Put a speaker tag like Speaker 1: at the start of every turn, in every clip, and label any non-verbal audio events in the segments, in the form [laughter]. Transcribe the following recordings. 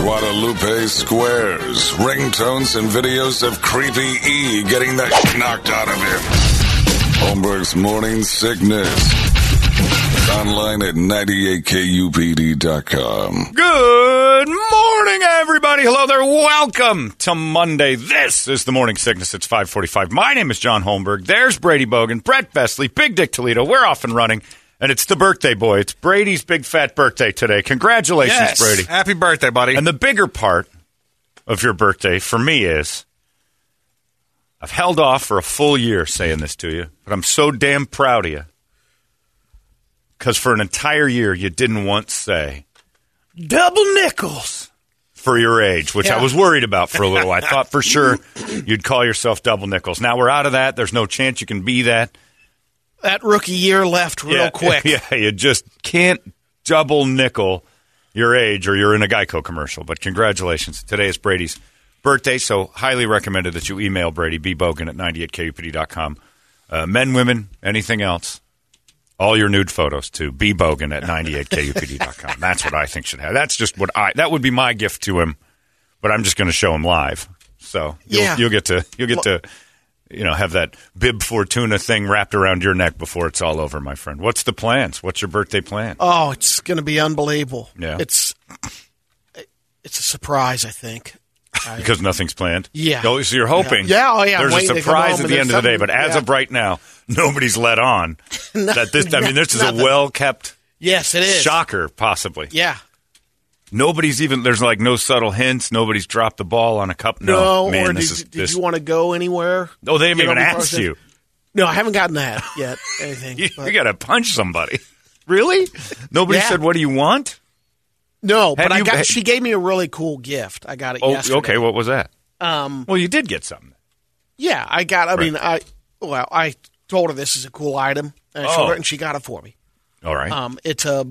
Speaker 1: Guadalupe Squares, ringtones and videos of Creepy E getting the knocked out of him. Holmberg's Morning Sickness. Online at 98kupd.com.
Speaker 2: Good morning, everybody. Hello there. Welcome to Monday. This is the Morning Sickness. It's 545. My name is John Holmberg. There's Brady Bogan, Brett Besley, Big Dick Toledo. We're off and running. And it's the birthday boy. It's Brady's big fat birthday today. Congratulations, Brady.
Speaker 3: Happy birthday, buddy.
Speaker 2: And the bigger part of your birthday for me is I've held off for a full year saying this to you, but I'm so damn proud of you. Because for an entire year, you didn't once say double nickels for your age, which I was worried about for a little while. I thought for sure you'd call yourself double nickels. Now we're out of that. There's no chance you can be that.
Speaker 3: that rookie year left real
Speaker 2: Yeah, [laughs]
Speaker 3: quick.
Speaker 2: Yeah, you just can't double nickel your age or you're in a Geico commercial. But congratulations. Today is Brady's birthday, so highly recommended that you email Brady B. Bogan at 98kupd.com. Uh, men, women, anything else, all your nude photos to B. Bogan at
Speaker 3: [laughs]
Speaker 2: 98kupd.com. That's what I think should happen. That's just what I, that would be my gift to him, but I'm just going to show him live. So you'll,
Speaker 3: Yeah.
Speaker 2: you'll get to, you'll get to, you know, have that bib fortuna thing wrapped around your neck before it's all over, my friend. What's the plans? What's your birthday plan?
Speaker 3: Oh, it's going to be unbelievable.
Speaker 2: Yeah.
Speaker 3: It's it's a surprise, I think.
Speaker 2: because nothing's planned.
Speaker 3: Yeah.
Speaker 2: Oh, so you're hoping.
Speaker 3: Yeah. Yeah, oh, yeah, I'm
Speaker 2: There's a
Speaker 3: waiting to come
Speaker 2: surprise at
Speaker 3: home and
Speaker 2: the
Speaker 3: there's
Speaker 2: end of the day,
Speaker 3: something-
Speaker 2: but as
Speaker 3: yeah.
Speaker 2: of right now, nobody's let
Speaker 3: [laughs]
Speaker 2: on that this. I mean, this is a
Speaker 3: nothing.
Speaker 2: well kept
Speaker 3: Yes, it is.
Speaker 2: shocker, possibly.
Speaker 3: Yeah.
Speaker 2: Nobody's even. There's like no subtle hints. Nobody's dropped the ball on a cup. No,
Speaker 3: No,
Speaker 2: man,
Speaker 3: or did,
Speaker 2: this is
Speaker 3: did
Speaker 2: this.
Speaker 3: you want to go anywhere?
Speaker 2: oh, they haven't
Speaker 3: You know,
Speaker 2: even
Speaker 3: before I
Speaker 2: asked
Speaker 3: said-
Speaker 2: you. [laughs]
Speaker 3: No, I haven't gotten that yet. Anything.
Speaker 2: You,
Speaker 3: but-
Speaker 2: got to punch
Speaker 3: [laughs]
Speaker 2: somebody. Really? Nobody
Speaker 3: Yeah.
Speaker 2: said, "What do you want?"
Speaker 3: no,
Speaker 2: Have
Speaker 3: but I
Speaker 2: you-
Speaker 3: got. She gave me a really cool gift. I got it.
Speaker 2: Oh,
Speaker 3: yesterday.
Speaker 2: okay. What was that?
Speaker 3: Um.
Speaker 2: Well, you did get something.
Speaker 3: Yeah, I got. I
Speaker 2: Right.
Speaker 3: mean, I well, I told her this is a cool item, and, I showed
Speaker 2: Oh.
Speaker 3: her, and she got it for me.
Speaker 2: All right.
Speaker 3: Um, it's a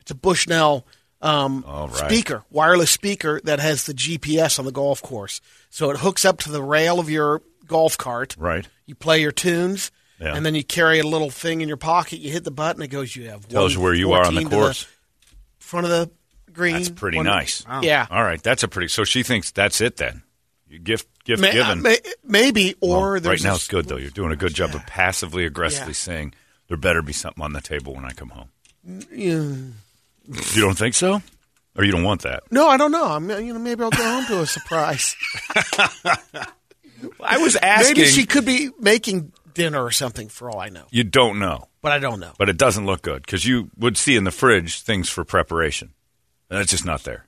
Speaker 3: it's a Bushnell um,
Speaker 2: All right.
Speaker 3: speaker, wireless speaker that has the GPS on the golf course. So it hooks up to the rail of your golf cart.
Speaker 2: Right.
Speaker 3: You play your tunes,
Speaker 2: Yeah.
Speaker 3: and then you carry a little thing in your pocket. You hit the button, it goes. You have
Speaker 2: Tells you where you are on the
Speaker 3: 114 to
Speaker 2: course.
Speaker 3: front of the green.
Speaker 2: That's pretty
Speaker 3: one-
Speaker 2: nice.
Speaker 3: Yeah.
Speaker 2: All right, that's a pretty. So she thinks that's it then. You gift gift
Speaker 3: May-
Speaker 2: given.
Speaker 3: may- maybe or
Speaker 2: Well, right
Speaker 3: there's
Speaker 2: now
Speaker 3: a-
Speaker 2: it's good though. You're doing a good job of passively aggressively
Speaker 3: Yeah.
Speaker 2: saying there better be something on the table when I come home. You don't think so? Or you don't want that?
Speaker 3: No, I don't know. I'm, you know, maybe I'll go home to a surprise.
Speaker 2: I was [laughs] asking.
Speaker 3: Maybe she could be making dinner or something for all I know,
Speaker 2: you don't know,
Speaker 3: but I don't know.
Speaker 2: but it doesn't look good because you would see in the fridge things for preparation, and it's just not there.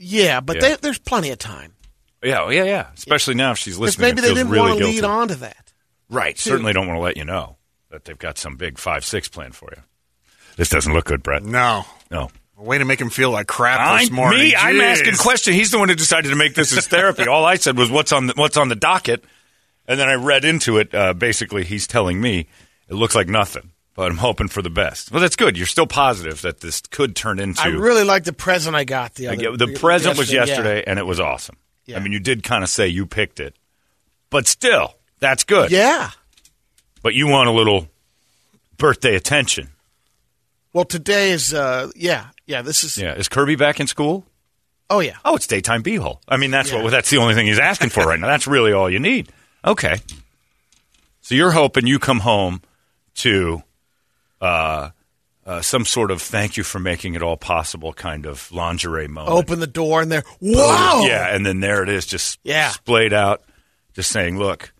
Speaker 3: Yeah, but
Speaker 2: Yeah.
Speaker 3: They, there's plenty of time.
Speaker 2: Yeah, oh, yeah, yeah. Especially now if she's
Speaker 3: 'Cause
Speaker 2: listening.
Speaker 3: maybe
Speaker 2: and
Speaker 3: they
Speaker 2: feels
Speaker 3: didn't
Speaker 2: really
Speaker 3: want to
Speaker 2: guilty.
Speaker 3: lead on to that.
Speaker 2: Right. Certainly don't want to let you know that they've got some big five six plan for you. This doesn't look good, Brett.
Speaker 4: No.
Speaker 2: No.
Speaker 4: Way to make him feel like crap this
Speaker 2: I'm-
Speaker 4: morning.
Speaker 2: Me, I'm
Speaker 4: Jeez.
Speaker 2: asking questions. He's the one who decided to make this his therapy. All I said was what's on the, what's on the docket, and then I read into it. Uh, basically, he's telling me it looks like nothing, but I'm hoping for the best. Well, that's good. You're still positive that this could turn into.
Speaker 3: I really like the present I got the
Speaker 2: I
Speaker 3: other.
Speaker 2: get- the present was
Speaker 3: yeah.
Speaker 2: yesterday, and it was awesome.
Speaker 3: Yeah.
Speaker 2: I mean, you did kind of say you picked it, but still, that's good.
Speaker 3: Yeah.
Speaker 2: But you want a little birthday attention.
Speaker 3: Well, today is. Uh, yeah, yeah. This is.
Speaker 2: Yeah. Is Kirby back in school?
Speaker 3: Oh yeah.
Speaker 2: Oh, it's daytime beehole. I mean, that's what that's the only thing he's asking for right now. That's really all you need. Okay. So you're hoping you come home to uh, uh, some sort of thank you for making it all possible kind of lingerie moment.
Speaker 3: Open the door and they're, wow.
Speaker 2: Yeah, and then there it is, just
Speaker 3: Oh. Yeah.
Speaker 2: splayed out, just saying, "Look."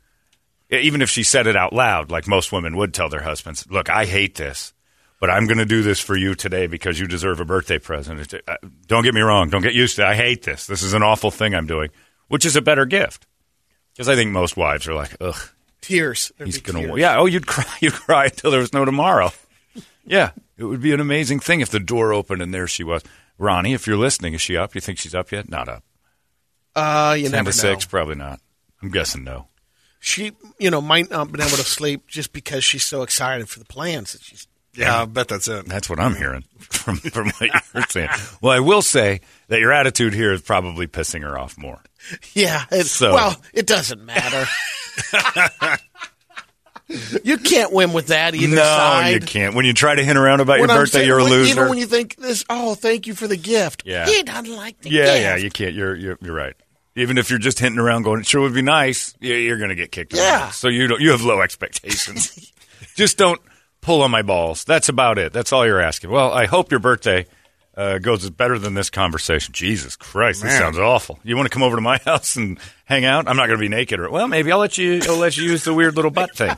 Speaker 2: e, Even if she said it out loud, like most women would tell their husbands, "Look, I hate this, but I'm going to do this for you today because you deserve a birthday present." It's- uh, Don't get me wrong. Don't get used to. it. I hate this. This is an awful thing I'm doing, which is a better gift. Because I think most wives are like, "Ugh,
Speaker 3: Tears. There'd
Speaker 2: he's
Speaker 3: be
Speaker 2: going
Speaker 3: tears.
Speaker 2: to." Yeah. Oh, you'd cry. [laughs] You'd cry until there was no tomorrow. yeah, it would be an amazing thing if the door opened and there she was. Ronnie, if you're listening, is she up? You think she's up yet? Not up.
Speaker 3: Uh, you
Speaker 2: Ten
Speaker 3: never
Speaker 2: to
Speaker 3: know.
Speaker 2: six, probably not. I'm guessing no.
Speaker 3: She, you know, might not been able to sleep just because she's so excited for the plans that she's.
Speaker 4: Yeah, I bet that's it.
Speaker 2: That's what I'm hearing [laughs] from from what you're saying. Well, I will say that your attitude here is probably pissing her off more.
Speaker 3: Yeah. It,
Speaker 2: So-
Speaker 3: Well, it
Speaker 2: [laughs]
Speaker 3: doesn't matter. you can't win with that either
Speaker 2: no,
Speaker 3: side.
Speaker 2: you can't. When you try to hint around about
Speaker 3: What
Speaker 2: your
Speaker 3: I'm
Speaker 2: birthday,
Speaker 3: saying,
Speaker 2: you're a
Speaker 3: when-
Speaker 2: loser.
Speaker 3: Even when you think this, oh, thank you for the gift.
Speaker 2: Yeah.
Speaker 3: He doesn't like the
Speaker 2: yeah,
Speaker 3: gift.
Speaker 2: yeah, you can't. You're, you're you're right. Even if you're just hinting around, going, "It sure would be nice," you- you're going to get kicked. in the
Speaker 3: Yeah.
Speaker 2: balls. So you don't. You have low
Speaker 3: [laughs]
Speaker 2: expectations. just don't pull on my balls. That's about it. That's all you're asking. Well, I hope your birthday. Uh, goes better than this conversation. Jesus Christ, this
Speaker 4: Man.
Speaker 2: sounds awful. You want to come over to my [laughs] house and hang out? I'm not going to be naked. Or, well, maybe I'll let you. I'll let you use the weird little butt thing.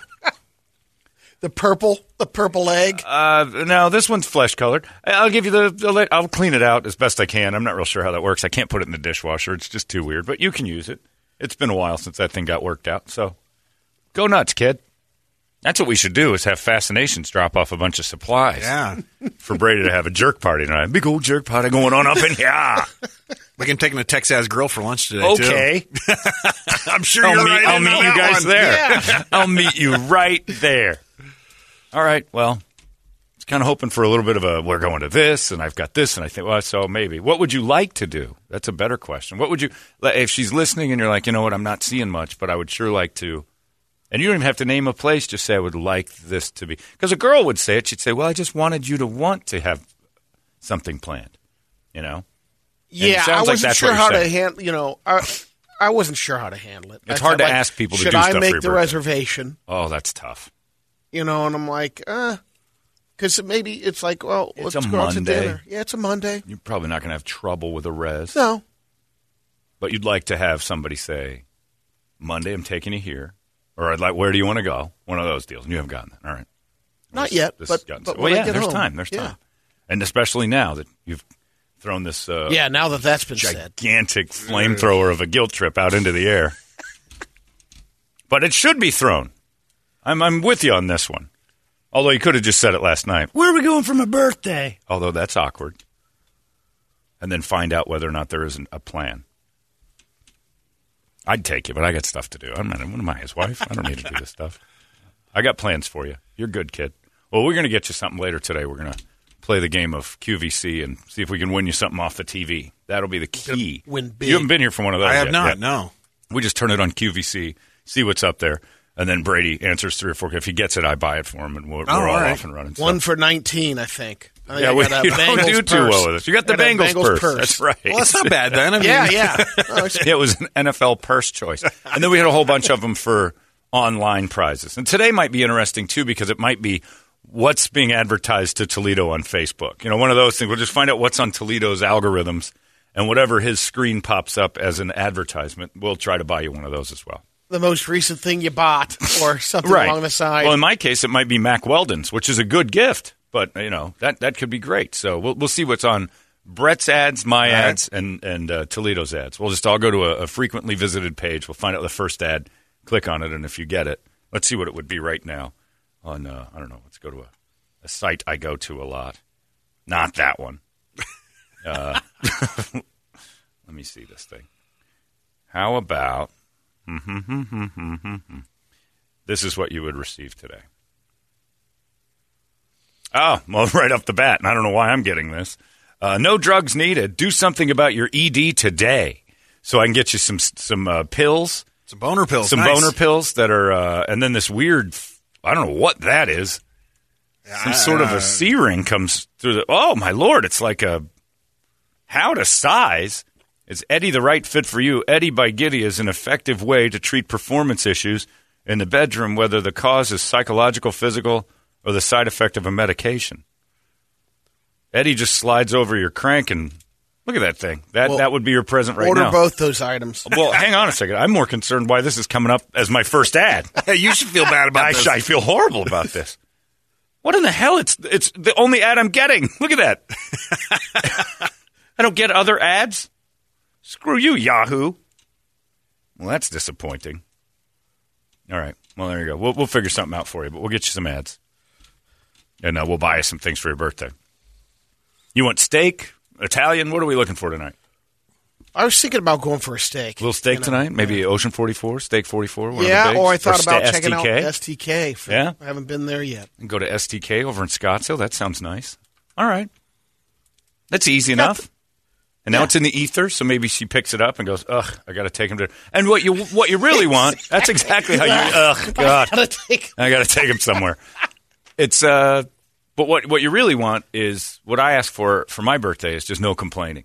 Speaker 3: The purple, the purple egg.
Speaker 2: Uh, no, this one's flesh colored. I- I'll give you the. I'll, let- I'll clean it out as best I can. I'm not real sure how that works. I can't put it in the dishwasher. It's just too weird. But you can use it. It's been a while since that thing got worked out. So go nuts, kid. That's what we should do: is have fascinations drop off a bunch of supplies
Speaker 4: Yeah.
Speaker 2: for Brady to have a jerk party tonight. Big old jerk party going on up in here.
Speaker 4: Like I'm taking a Texas grill for lunch today, too.
Speaker 2: okay,
Speaker 4: I'm sure
Speaker 2: I'll
Speaker 4: you're
Speaker 2: meet,
Speaker 4: right
Speaker 2: I'll
Speaker 4: in
Speaker 2: meet
Speaker 4: on
Speaker 2: you
Speaker 4: that
Speaker 2: guys
Speaker 4: one.
Speaker 2: there. [laughs] I'll meet you right there. All right. Well, it's kind of hoping for a little bit of a we're going to this, and I've got this, and I think well, so maybe. What would you like to do? That's a better question. What would you like, if she's listening and you're like, you know what, I'm not seeing much, but I would sure like to. And you don't even have to name a place. Just say I would like this to be because a girl would say it. She'd say, well, I just wanted you to want to have something planned. You know, it
Speaker 3: yeah,
Speaker 2: sounds
Speaker 3: I
Speaker 2: like
Speaker 3: wasn't
Speaker 2: that's what
Speaker 3: sure
Speaker 2: you're
Speaker 3: how to
Speaker 2: saying.
Speaker 3: handle. You know, I, I wasn't sure how to handle it.
Speaker 2: It's
Speaker 3: I
Speaker 2: hard to
Speaker 3: felt like,
Speaker 2: ask people to
Speaker 3: should
Speaker 2: do
Speaker 3: I
Speaker 2: stuff for
Speaker 3: make
Speaker 2: your
Speaker 3: the
Speaker 2: birthday?"
Speaker 3: reservation?
Speaker 2: oh, that's tough.
Speaker 3: You know, and I'm like, uh, because maybe it's like, well,
Speaker 2: It's
Speaker 3: let's
Speaker 2: a
Speaker 3: go out to
Speaker 2: Monday.
Speaker 3: dinner. Yeah, it's a Monday.
Speaker 2: You're probably not going to have trouble with a res.
Speaker 3: No,
Speaker 2: but you'd like to have somebody say, Monday, I'm taking you here, or I'd like, where do you want to go? One of those deals. And you haven't gotten that. All right.
Speaker 3: not
Speaker 2: This-
Speaker 3: yet.
Speaker 2: this has
Speaker 3: but
Speaker 2: gotten-
Speaker 3: but
Speaker 2: well,
Speaker 3: when I
Speaker 2: yeah,
Speaker 3: get
Speaker 2: there's
Speaker 3: home.
Speaker 2: time. There's
Speaker 3: Yeah.
Speaker 2: time. And especially now that you've thrown this uh,
Speaker 3: Yeah, now that that's been said,
Speaker 2: gigantic flamethrower of a guilt trip out into the air. [laughs] but it should be thrown. I'm, I'm with you on this one. Although you could have just said it last night. Where are we going for my birthday? Although that's awkward. And then find out whether or not there isn't a plan. I'd take you, but I got stuff to do. I'm not, what am I, his wife? I don't need to do this stuff. I got plans for you. You're good, kid. Well, we're going to get you something later today. We're going to play the game of QVC and see if we can win you something off the TV. That'll be the key.
Speaker 3: Win big.
Speaker 2: You haven't been here for one of those.
Speaker 4: I have
Speaker 2: yet.
Speaker 4: not,
Speaker 2: Yeah.
Speaker 4: no.
Speaker 2: We just turn it on QVC, see what's up there, and then Brady answers three or four. If he gets it, I buy it for him, and we're, we're all,
Speaker 4: all right.
Speaker 2: off and running. So-
Speaker 3: one for nineteen, I think. I think
Speaker 2: yeah,
Speaker 3: I
Speaker 2: we, [laughs]
Speaker 3: got a
Speaker 2: you don't
Speaker 3: Bengals
Speaker 2: do too
Speaker 3: purse.
Speaker 2: well with this. You got the
Speaker 3: I a
Speaker 2: Bengals,
Speaker 3: Bengals
Speaker 2: purse. That's right.
Speaker 4: Well, that's not bad then. I mean,
Speaker 3: Yeah, [laughs] yeah. Oh, it's-
Speaker 2: it was an NFL purse choice. And then we had a whole bunch of them for online prizes. And today might be interesting too because it might be what's being advertised to Toledo on Facebook. You know, one of those things. We'll just find out what's on Toledo's algorithms and whatever his screen pops up as an advertisement, we'll try to buy you one of those as well.
Speaker 3: the most recent thing you bought or something along the side.
Speaker 2: Well, in my case, it might be Mac Weldon's, which is a good gift, but you know that that could be great. So we'll we'll see what's on Brett's ads, my ads, and and uh, Toledo's ads. We'll just all go to a, a frequently visited page. We'll find out the first ad, click on it, and if you get it, let's see what it would be right now. On uh, I don't know. Let's go to a, a site I go to a lot. Not that one.
Speaker 3: [laughs]
Speaker 2: Uh, [laughs] let me see this thing. How about [laughs] this is what you would receive today. Oh, well, [laughs] right off the bat, and I don't know why I'm getting this. Uh, no drugs needed. Do something about your ED today, so I can get you some some uh, pills,
Speaker 4: Some boner pills.
Speaker 2: some
Speaker 4: nice.
Speaker 2: boner pills that are, uh, and then this weird, I don't know what that is. Some sort of a C ring comes through the. Oh my lord! It's like a how to size. Is Eddie the right fit for you? Eddie by Giddy is an effective way to treat performance issues in the bedroom, whether the cause is psychological, physical, or the side effect of a medication. Eddie just slides over your crank and look at that thing. That
Speaker 3: Well,
Speaker 2: that would be your present right
Speaker 3: Order
Speaker 2: now.
Speaker 3: both those items.
Speaker 2: Well, hang on a second. I'm more concerned why this is coming up as my first ad.
Speaker 4: Hey, [laughs] you should feel bad about
Speaker 2: I,
Speaker 4: this.
Speaker 2: I feel horrible about this. What in the hell? It's it's the only ad I'm getting. [laughs] Look at that. [laughs] I don't get other ads. Screw you, Yahoo. Well, that's disappointing. All right. Well, there you go. We'll, we'll figure something out for you, but we'll get you some ads. And uh, we'll buy you some things for your birthday. You want steak? Italian? What are we looking for tonight?
Speaker 3: I was thinking about going for a steak.
Speaker 2: A little steak
Speaker 3: you know.
Speaker 2: tonight? Maybe Ocean 44, Steak 44? one of the
Speaker 3: uh, Yeah,
Speaker 2: bigs?
Speaker 3: or I thought about
Speaker 2: sta-
Speaker 3: checking out
Speaker 2: STK?
Speaker 3: STK. For,
Speaker 2: Yeah?
Speaker 3: I haven't been
Speaker 2: [laughs]
Speaker 3: there yet.
Speaker 2: and go to STK over in Scottsdale. That sounds nice. All right. That's easy
Speaker 3: Got
Speaker 2: enough. and now it's in the ether, so maybe she picks it up and goes, "Ugh, I got to take him to." And what you what you
Speaker 3: [laughs]
Speaker 2: really want? That's exactly how you. Ugh, God,
Speaker 3: Gotta take-
Speaker 2: I got to take him somewhere. It's uh, but what what you really want is what I ask for for my birthday is just no complaining.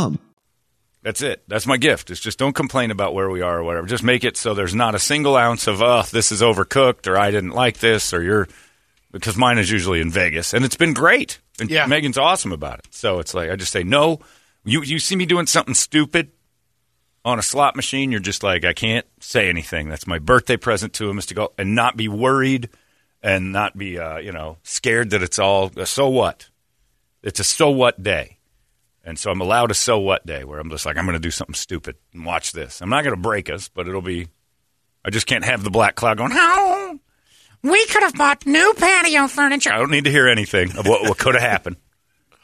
Speaker 2: That's it. That's my gift. It's just don't complain about where we are or whatever. Just make it so there's not a single ounce of, oh, this is overcooked or I didn't like this or you're, because mine is usually in Vegas and it's been great. And
Speaker 3: Yeah.
Speaker 2: Megan's awesome about it. So it's like, I just say, no, you, you see me doing something stupid on a slot machine. You're just like, I can't say anything. That's my birthday present to him is to go and not be worried and not be, uh, you know, scared that it's all, so what? It's a so what day. And so I'm allowed a so what day where I'm just like, I'm going to do something stupid and watch this. I'm not going to break us, but it'll be, I just can't have the black cloud going, oh, we could have bought new patio furniture. I don't need to hear anything of what, what could have happened.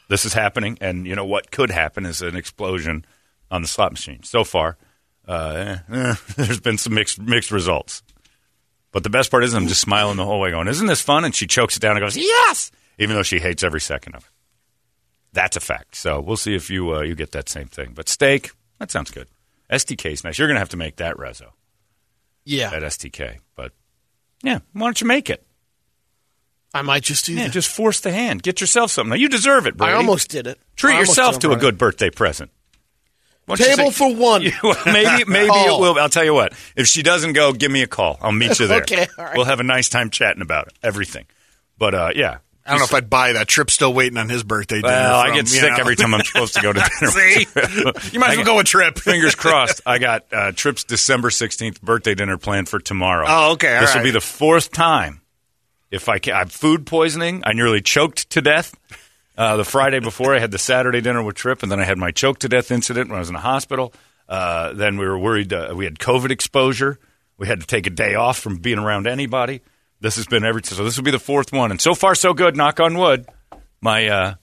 Speaker 2: This is happening. And you know what could happen is an explosion on the slot machine. So far, uh, eh, eh, [laughs] there's been some mixed, mixed results. But the best part is I'm just smiling the whole way going, isn't this fun? And she chokes it down and goes, yes, even though she hates every second of it. That's a fact. So we'll see if you uh, you get that same thing. But steak, that sounds good. STK's nice. You're going to have to make that rezzo
Speaker 3: Yeah,
Speaker 2: at STK. But yeah, why don't you make it?
Speaker 3: I might just do
Speaker 2: Yeah,
Speaker 3: that.
Speaker 2: just force the hand. Get yourself something. Now you deserve it, Brady.
Speaker 3: I almost did it. I
Speaker 2: treat
Speaker 3: almost
Speaker 2: yourself to a
Speaker 3: jumped on
Speaker 2: good birthday
Speaker 4: [laughs]
Speaker 2: present. Why
Speaker 3: it.
Speaker 2: don't [laughs] you
Speaker 3: table
Speaker 2: say-
Speaker 3: for one.
Speaker 2: maybe maybe it
Speaker 4: Oh.
Speaker 3: Call.
Speaker 2: will. I'll tell you what. If she doesn't go, give me a call. I'll
Speaker 4: [laughs]
Speaker 2: meet you there.
Speaker 3: Okay, all right.
Speaker 2: We'll have a nice time chatting about it, everything. But uh, yeah,
Speaker 4: I don't know if I'd buy that. Trip's still waiting on his birthday dinner.
Speaker 2: Well, I
Speaker 4: from,
Speaker 2: get
Speaker 4: you
Speaker 2: sick
Speaker 4: know. [laughs]
Speaker 2: every time I'm supposed to go to dinner.
Speaker 4: See? You might as well go with
Speaker 2: [laughs]
Speaker 4: Trip.
Speaker 2: Fingers crossed. I got uh, Trip's December 16th birthday dinner planned for tomorrow.
Speaker 4: Oh, okay, all
Speaker 2: This will
Speaker 4: right.
Speaker 2: be the fourth time. If I can, I have food poisoning. I nearly choked to death. Uh, the Friday before, I had the Saturday dinner with Trip, and then I had my choke to death incident when I was in the hospital. Uh, then we were worried uh, we had COVID exposure. We had to take a day off from being around anybody. This has been every so. This will be the fourth one, and so far so good. Knock on wood. My uh,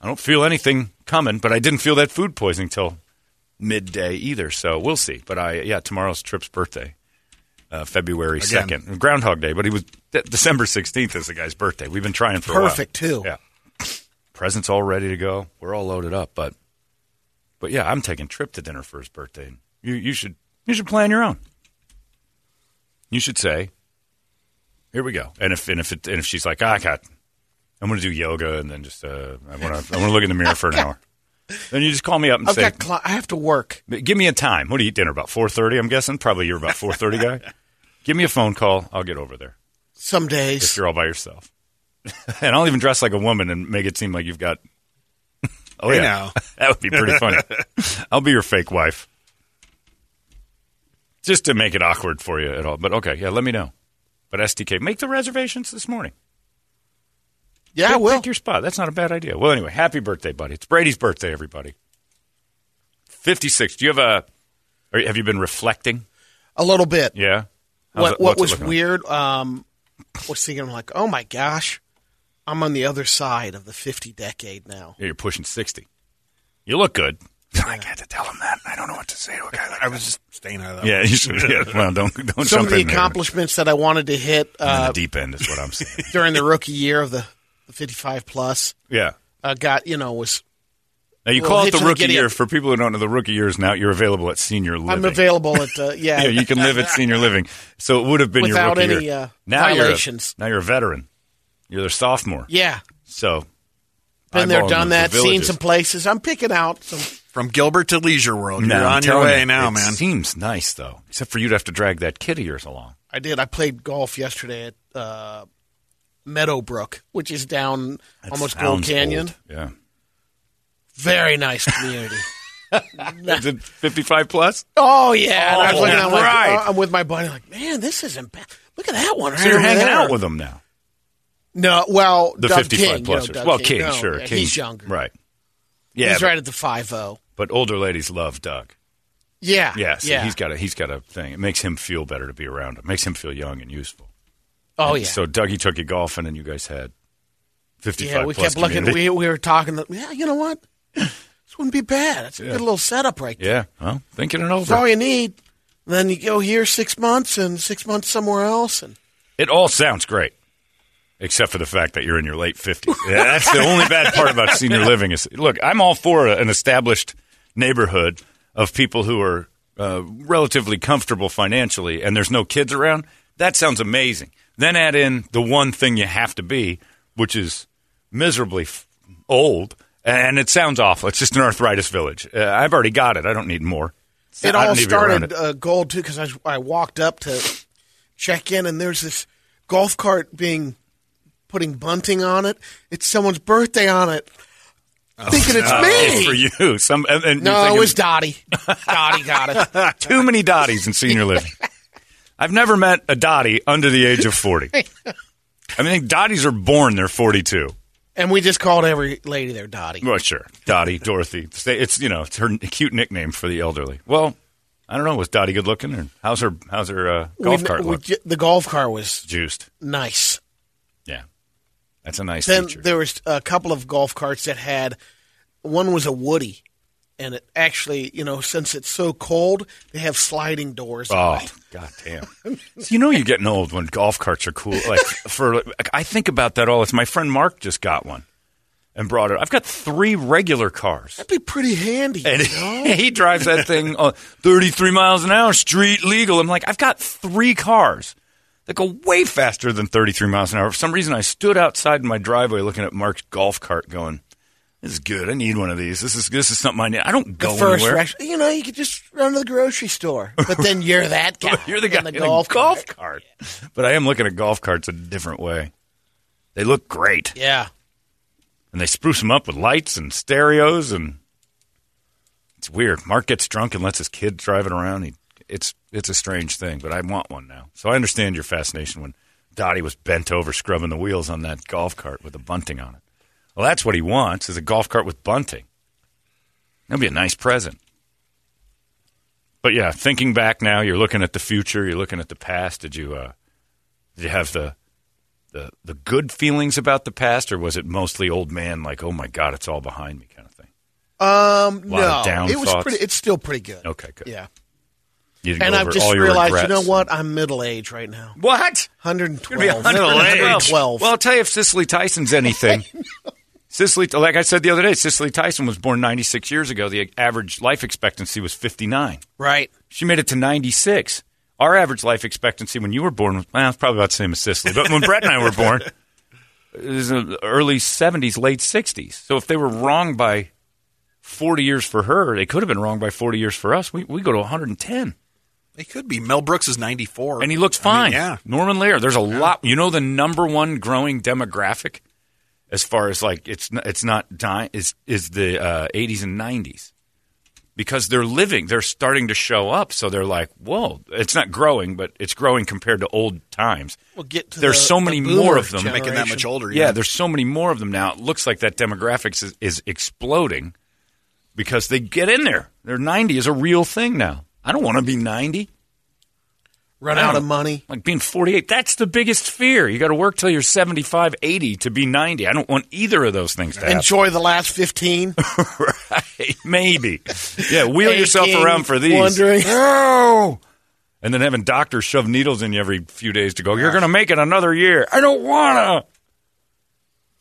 Speaker 2: I don't feel anything coming, but I didn't feel that food poisoning till midday either. So we'll see. But I yeah, tomorrow's Trip's birthday, uh, February
Speaker 4: Again.
Speaker 2: second, Groundhog Day. But he was De- December sixteenth is the guy's birthday. We've been trying for
Speaker 3: Perfect,
Speaker 2: a while.
Speaker 3: too.
Speaker 2: Yeah, presents all ready to go. We're all loaded up, but but yeah, I'm taking Trip to dinner for his birthday. You you should you should plan your own. You should say, "Here we go." And if and if it, and if she's like, "Ah, "I got," I'm going to do yoga and then just uh, I want to I want to look in the mirror for an hour. Then you just call me up and
Speaker 3: I've
Speaker 2: say,
Speaker 3: got. Cl- I have to work.
Speaker 2: Give me a time. What do you eat dinner? About four thirty, I'm guessing. Probably you're about four thirty guy. Give me a phone call. I'll get over there
Speaker 3: Some
Speaker 2: if
Speaker 3: days.
Speaker 2: you're all by yourself. [laughs] and I'll even dress like a woman and make it seem like you've got. [laughs] Oh
Speaker 4: Hey,
Speaker 2: yeah,
Speaker 4: now.
Speaker 2: [laughs] that would be pretty
Speaker 3: [laughs]
Speaker 2: funny. I'll be your fake wife, just to make it awkward for you at all. But okay, yeah, let me know. But SDK, make the reservations this morning.
Speaker 3: Yeah, I
Speaker 2: Pick- [laughs]
Speaker 3: will.
Speaker 2: Pick your spot. That's not a bad idea. Well, anyway, happy birthday, buddy. It's Brady's birthday, everybody. Fifty-six. Do you have a? Are, you- have you been reflecting?
Speaker 3: A little bit.
Speaker 2: Yeah. How's
Speaker 3: what
Speaker 2: it- what's
Speaker 3: what
Speaker 2: it
Speaker 3: was
Speaker 2: looking like?
Speaker 3: weird um was thinking like oh my gosh i'm on the other side of the 50 decade now
Speaker 2: Yeah, you're pushing sixty. You look good. [laughs] I had to tell him that. I don't know what to say to a guy
Speaker 4: I was just staying out of that.
Speaker 2: Yeah, you should. [laughs] Yeah. Well, don't don't
Speaker 3: some
Speaker 2: jump
Speaker 3: of the
Speaker 2: in there.
Speaker 3: accomplishments that i wanted to hit
Speaker 2: In
Speaker 3: uh, [laughs]
Speaker 2: the deep end is what I'm saying.
Speaker 3: during the rookie year of the, the 55 plus
Speaker 2: yeah.
Speaker 3: uh, got you know was
Speaker 2: Now you
Speaker 3: Well,
Speaker 2: call it the
Speaker 3: hitching a
Speaker 2: rookie
Speaker 3: giddy up.
Speaker 2: year. For people who don't know the rookie year is now, you're available at senior living.
Speaker 3: I'm available at
Speaker 2: [laughs]
Speaker 3: uh, yeah,
Speaker 2: Yeah, you can
Speaker 3: [laughs]
Speaker 2: live at senior living. So it would have been
Speaker 3: Without
Speaker 2: your rookie
Speaker 3: any,
Speaker 2: year.
Speaker 3: uh,
Speaker 2: now
Speaker 3: violations.
Speaker 2: You're a, now you're a veteran. You're their sophomore.
Speaker 3: yeah.
Speaker 2: So
Speaker 3: Been there,
Speaker 2: eyeballing
Speaker 3: done
Speaker 2: the
Speaker 3: that. Seen
Speaker 2: villages.
Speaker 3: some places. I'm picking out some.
Speaker 4: From Gilbert to Leisure World.
Speaker 2: No,
Speaker 4: You're
Speaker 2: I'm
Speaker 4: on your
Speaker 2: telling
Speaker 4: way
Speaker 2: you,
Speaker 4: now,
Speaker 2: it
Speaker 4: man.
Speaker 2: Seems nice though, except for you'd have to drag that kid of yours along.
Speaker 3: I did. I played golf yesterday at uh, Meadowbrook, which is down
Speaker 2: That
Speaker 3: almost Gold
Speaker 2: sounds
Speaker 3: Canyon.
Speaker 2: old. Yeah.
Speaker 3: Very nice community.
Speaker 2: [laughs] Is it 55 plus?
Speaker 3: oh yeah, and I was
Speaker 2: Oh,
Speaker 3: looking. I'm like,
Speaker 2: right.
Speaker 3: uh, I'm with my buddy. Like, man, this isn't bad. Look at that one. Right
Speaker 2: So you're
Speaker 3: over
Speaker 2: hanging
Speaker 3: there.
Speaker 2: out with them now.
Speaker 3: No, well,
Speaker 2: The
Speaker 3: Doug
Speaker 2: 55
Speaker 3: King, you know,
Speaker 2: plus.
Speaker 3: Doug
Speaker 2: well, King,
Speaker 3: no,
Speaker 2: sure.
Speaker 3: yeah,
Speaker 2: King,
Speaker 3: he's younger.
Speaker 2: Right. Yeah.
Speaker 3: he's
Speaker 2: but,
Speaker 3: right at the five zero.
Speaker 2: but older ladies love Doug.
Speaker 3: Yeah,
Speaker 2: Yeah. So
Speaker 3: yeah.
Speaker 2: he's got a he's got a thing. It makes him feel better to be around him. Makes him feel young and useful.
Speaker 3: oh yeah.
Speaker 2: So Dougie took you golfing, and you guys had 55
Speaker 3: yeah, we
Speaker 2: plus
Speaker 3: kept looking.
Speaker 2: community.
Speaker 3: We, we were talking. that- Yeah, you know what? [sighs] This wouldn't be bad. It's a good little setup right there.
Speaker 2: yeah. Well, thinking it over.
Speaker 3: That's all you need. Then you go here six months and six months somewhere else. And
Speaker 2: It all sounds great, except for the fact that you're in your late 50s. Yeah, that's the only bad part about senior living is look, I'm all for an established neighborhood of people who are uh, relatively comfortable financially and there's no kids around. That sounds amazing. Then add in the one thing you have to be, which is miserably f- old, and it sounds awful. It's just an arthritis village. Uh, I've already got it. I don't need more. I
Speaker 3: it
Speaker 2: don't
Speaker 3: all
Speaker 2: need to be around
Speaker 3: started
Speaker 2: it.
Speaker 3: uh, gold too because I, was- I walked up to check in and there's this golf cart being putting bunting on it. It's someone's birthday on it. thinking it's me.
Speaker 2: Oh, Uh, for you. Some and, and you're
Speaker 3: no,
Speaker 2: thinking-
Speaker 3: it was Dottie. Dottie got
Speaker 2: [laughs]
Speaker 3: it.
Speaker 2: Too many Dotties in senior living. I've never met a Dottie under the age of 40. I mean, I think Dotties are born, they're 42.
Speaker 3: And we just called every lady there Dottie.
Speaker 2: Well, sure. Dottie, Dorothy. It's- It's, you know, it's her cute nickname for the elderly. Well, I don't know. Was Dottie good looking? Or how's her, how's her uh, golf
Speaker 3: We-
Speaker 2: cart
Speaker 3: we
Speaker 2: look?
Speaker 3: ju- the golf cart was
Speaker 2: Juiced.
Speaker 3: nice.
Speaker 2: Yeah. That's a nice
Speaker 3: Then
Speaker 2: feature.
Speaker 3: there was a couple of golf carts that had one was a Woody, and it actually, you know, since it's so cold, they have sliding doors.
Speaker 2: Oh, god damn. [laughs] So you know you're getting old when golf carts are cool.
Speaker 3: [laughs]
Speaker 2: Like for like, I think about that all. It's my friend Mark just got one and brought it. I've got three regular cars.
Speaker 3: That'd be pretty handy.
Speaker 2: And [laughs] he drives that thing on 33 miles an hour, street legal. I'm like, I've got three cars that go way faster than 33 miles an hour. For some reason, I stood outside in my driveway looking at Mark's golf cart, going, "This is good. I need one of these. This is this is something I need. I don't
Speaker 3: the
Speaker 2: go
Speaker 3: first,
Speaker 2: anywhere.
Speaker 3: rec- you know, you could just run to the grocery store, but then you're that guy.
Speaker 2: [laughs] You're the guy
Speaker 3: in the
Speaker 2: in
Speaker 3: golf
Speaker 2: a golf
Speaker 3: cart.
Speaker 2: cart. But I am looking at golf carts a different way. They look great,
Speaker 3: Yeah,
Speaker 2: and they spruce them up with lights and stereos, and it's weird. Mark gets drunk and lets his kid drive it around. He, it's it's a strange thing, but I want one now. So I understand your fascination when Dottie was bent over scrubbing the wheels on that golf cart with the bunting on it. Well, that's what he wants is a golf cart with bunting. That'd be a nice present. But yeah, thinking back now, you're looking at the future. You're looking at the past. Did you uh, did you have the the the good feelings about the past, or was it mostly old man like, oh my god, it's all behind me kind of thing?
Speaker 3: um,
Speaker 2: Lot of
Speaker 3: no,
Speaker 2: down
Speaker 3: it was
Speaker 2: thoughts.
Speaker 3: pretty. It's still pretty good.
Speaker 2: Okay, good.
Speaker 3: Yeah,
Speaker 2: You didn't
Speaker 3: and
Speaker 2: go
Speaker 3: I've
Speaker 2: over
Speaker 3: just
Speaker 2: all your
Speaker 3: regrets. you
Speaker 2: regrets.
Speaker 3: know what? I'm middle aged right now.
Speaker 2: What?
Speaker 3: 112.
Speaker 2: You're gonna be
Speaker 3: 112.
Speaker 2: Well, I'll tell you if Cicely Tyson's
Speaker 3: [laughs]
Speaker 2: anything. Cicely, like I said the other day, Cicely Tyson was born 96 years ago. The average life expectancy was 59.
Speaker 3: right.
Speaker 2: She made it to 96. Our average life expectancy when you were born was well, it's probably about the same as Cicely. But when Brett and I were born, it was the early 70s, late 60s. So if they were wrong by 40 years for her, they could have been wrong by 40 years for us. We, we go to 110.
Speaker 4: They could be. Mel Brooks is 94.
Speaker 2: And he looks
Speaker 4: I mean,
Speaker 2: fine.
Speaker 4: yeah.
Speaker 2: Norman Lear. There's a lot. You know the number one growing demographic as far as like it's n- it's not dying is is the uh, 80s and 90s because they're living. They're starting to show up. So they're like, whoa, it's not growing, but it's growing compared to old times.
Speaker 3: We'll get to
Speaker 2: There's
Speaker 3: the-
Speaker 2: so
Speaker 3: the
Speaker 2: many
Speaker 3: boomer
Speaker 2: more of them.
Speaker 3: generation.
Speaker 4: Making that much older.
Speaker 2: Yeah, there's so many more of them now. It looks like that demographics is, is exploding because they get in there. Their 90 is a real thing now. I don't want to be 90.
Speaker 3: Run
Speaker 2: I
Speaker 3: out
Speaker 2: don't-
Speaker 3: of money.
Speaker 2: Like being 48, that's the biggest fear. You got to work till you're 75, 80 to be 90. I don't want either of those things to happen.
Speaker 3: Enjoy the
Speaker 2: [laughs]
Speaker 3: last 15.
Speaker 2: Right. [laughs] Maybe. Yeah, wheel yourself
Speaker 3: Aching,
Speaker 2: around for these. [laughs]
Speaker 3: Wondering.
Speaker 2: No. And then having doctors shove needles in you every few days to go, you're going to make it another year. I don't want to.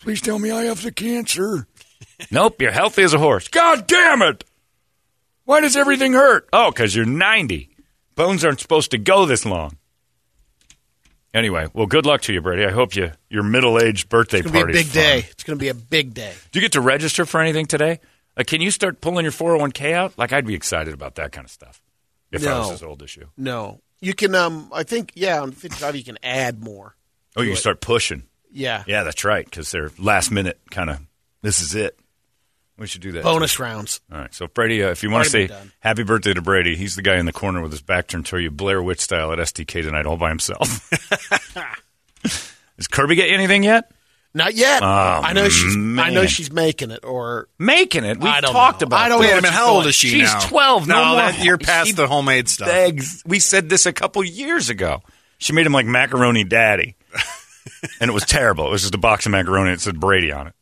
Speaker 2: Please tell me I have the cancer. [laughs] nope, you're healthy as a horse. God damn it! Why does everything hurt? Oh, because you're 90. Bones aren't supposed to go this long. Anyway, well, good luck to you, Brady. I hope you your middle aged birthday
Speaker 3: It's gonna
Speaker 2: party.
Speaker 3: be a
Speaker 2: is
Speaker 3: big
Speaker 2: fun.
Speaker 3: day. It's gonna be a big day.
Speaker 2: Do you get to register for anything today? Like, can you start pulling your 401k out? Like, I'd be excited about that kind of stuff if I was
Speaker 3: No.
Speaker 2: as old as you.
Speaker 3: No, you can. Um, I think yeah, on fifty five you can add more.
Speaker 2: Oh, you can start pushing.
Speaker 3: Yeah,
Speaker 2: Yeah, that's right, because they're last minute kind of, this is it. We should do that.
Speaker 3: bonus rounds.
Speaker 2: All right. So, Brady, uh, if you want to
Speaker 3: Already
Speaker 2: say
Speaker 3: been done.
Speaker 2: happy birthday to Brady, he's the guy in the corner with his back turned toward you, Blair Witch style at STK tonight, all by himself. Does Kirby get you anything yet?
Speaker 3: Not yet. I know she's. I know
Speaker 2: Oh, man.
Speaker 3: she's making it. Or
Speaker 2: Making it. We've
Speaker 3: I don't
Speaker 2: talked
Speaker 3: know.
Speaker 2: about
Speaker 3: I don't
Speaker 2: this.
Speaker 3: know
Speaker 4: Wait a minute, how old is she
Speaker 2: She's
Speaker 4: now?
Speaker 2: 12. No,
Speaker 4: No,
Speaker 2: more
Speaker 4: that, you're
Speaker 2: ho-
Speaker 4: past
Speaker 2: she
Speaker 4: the homemade stuff.
Speaker 2: Eggs. We said this a couple years ago. She made him like macaroni
Speaker 3: [laughs]
Speaker 2: daddy. and it was terrible. It was just a box of macaroni that said Brady on it.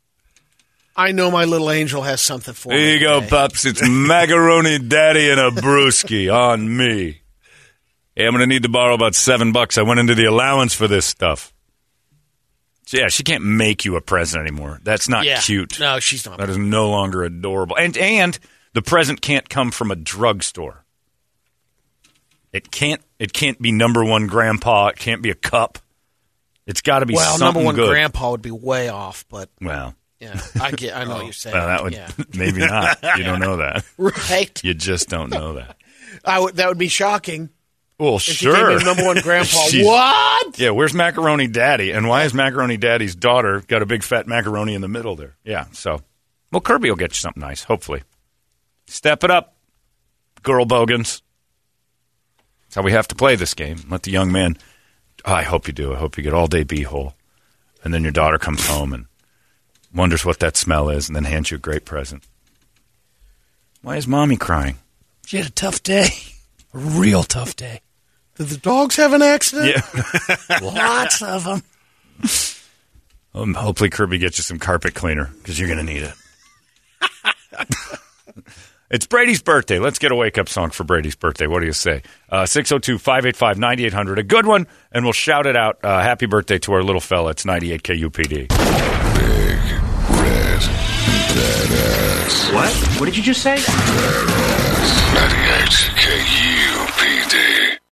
Speaker 3: I know my little angel has something for
Speaker 2: There
Speaker 3: me.
Speaker 2: you go,
Speaker 3: today.
Speaker 2: pups. It's macaroni daddy and a brewski on me. Hey, I'm going to need to borrow about seven bucks. I went into the allowance for this stuff. So, yeah, she can't make you a present anymore. That's not
Speaker 3: Yeah.
Speaker 2: cute.
Speaker 3: No, she's not.
Speaker 2: That is no longer adorable. And and the present can't come from a drugstore. It can't. It can't be number one grandpa. It can't be a cup. It's got to be
Speaker 3: well,
Speaker 2: something
Speaker 3: number one
Speaker 2: good.
Speaker 3: grandpa would be way off, but
Speaker 2: well,
Speaker 3: yeah, I get. I know what you're saying.
Speaker 2: Oh, well, that would
Speaker 3: Yeah.
Speaker 2: [laughs]
Speaker 3: [laughs]
Speaker 2: maybe not. You don't know that.
Speaker 3: Right,
Speaker 2: You just don't know that.
Speaker 3: I would, that would be shocking.
Speaker 2: Well,
Speaker 3: If you gave
Speaker 2: sure.
Speaker 3: me number one grandpa.
Speaker 2: [laughs] She's-
Speaker 3: what?
Speaker 2: Yeah, where's Macaroni Daddy? And why is Macaroni Daddy's daughter got a big fat macaroni in the middle there? Yeah, so. Well, Kirby will get you something nice, hopefully. Step it up, girl bogans. That's how we have to play this game. Let the young man. "Oh, I hope you do. I hope you get all day b hole. And then your daughter comes home and wonders what that smell is and then hands you a great present. Why is mommy crying? She had a tough day. A real tough day.
Speaker 3: Did the dogs have an accident?
Speaker 2: Yeah. Lots of them. Um, hopefully, Kirby gets you some carpet cleaner because you're going to need it. it's Brady's birthday. Let's get a wake up song for Brady's birthday. What do you say? Uh, 602 585 9800. A good one, and we'll shout it out. Uh, happy birthday to our little fella. It's 98 KUPD.
Speaker 1: Red. Badass.
Speaker 5: What? What did you just say?
Speaker 1: 98 KUPD.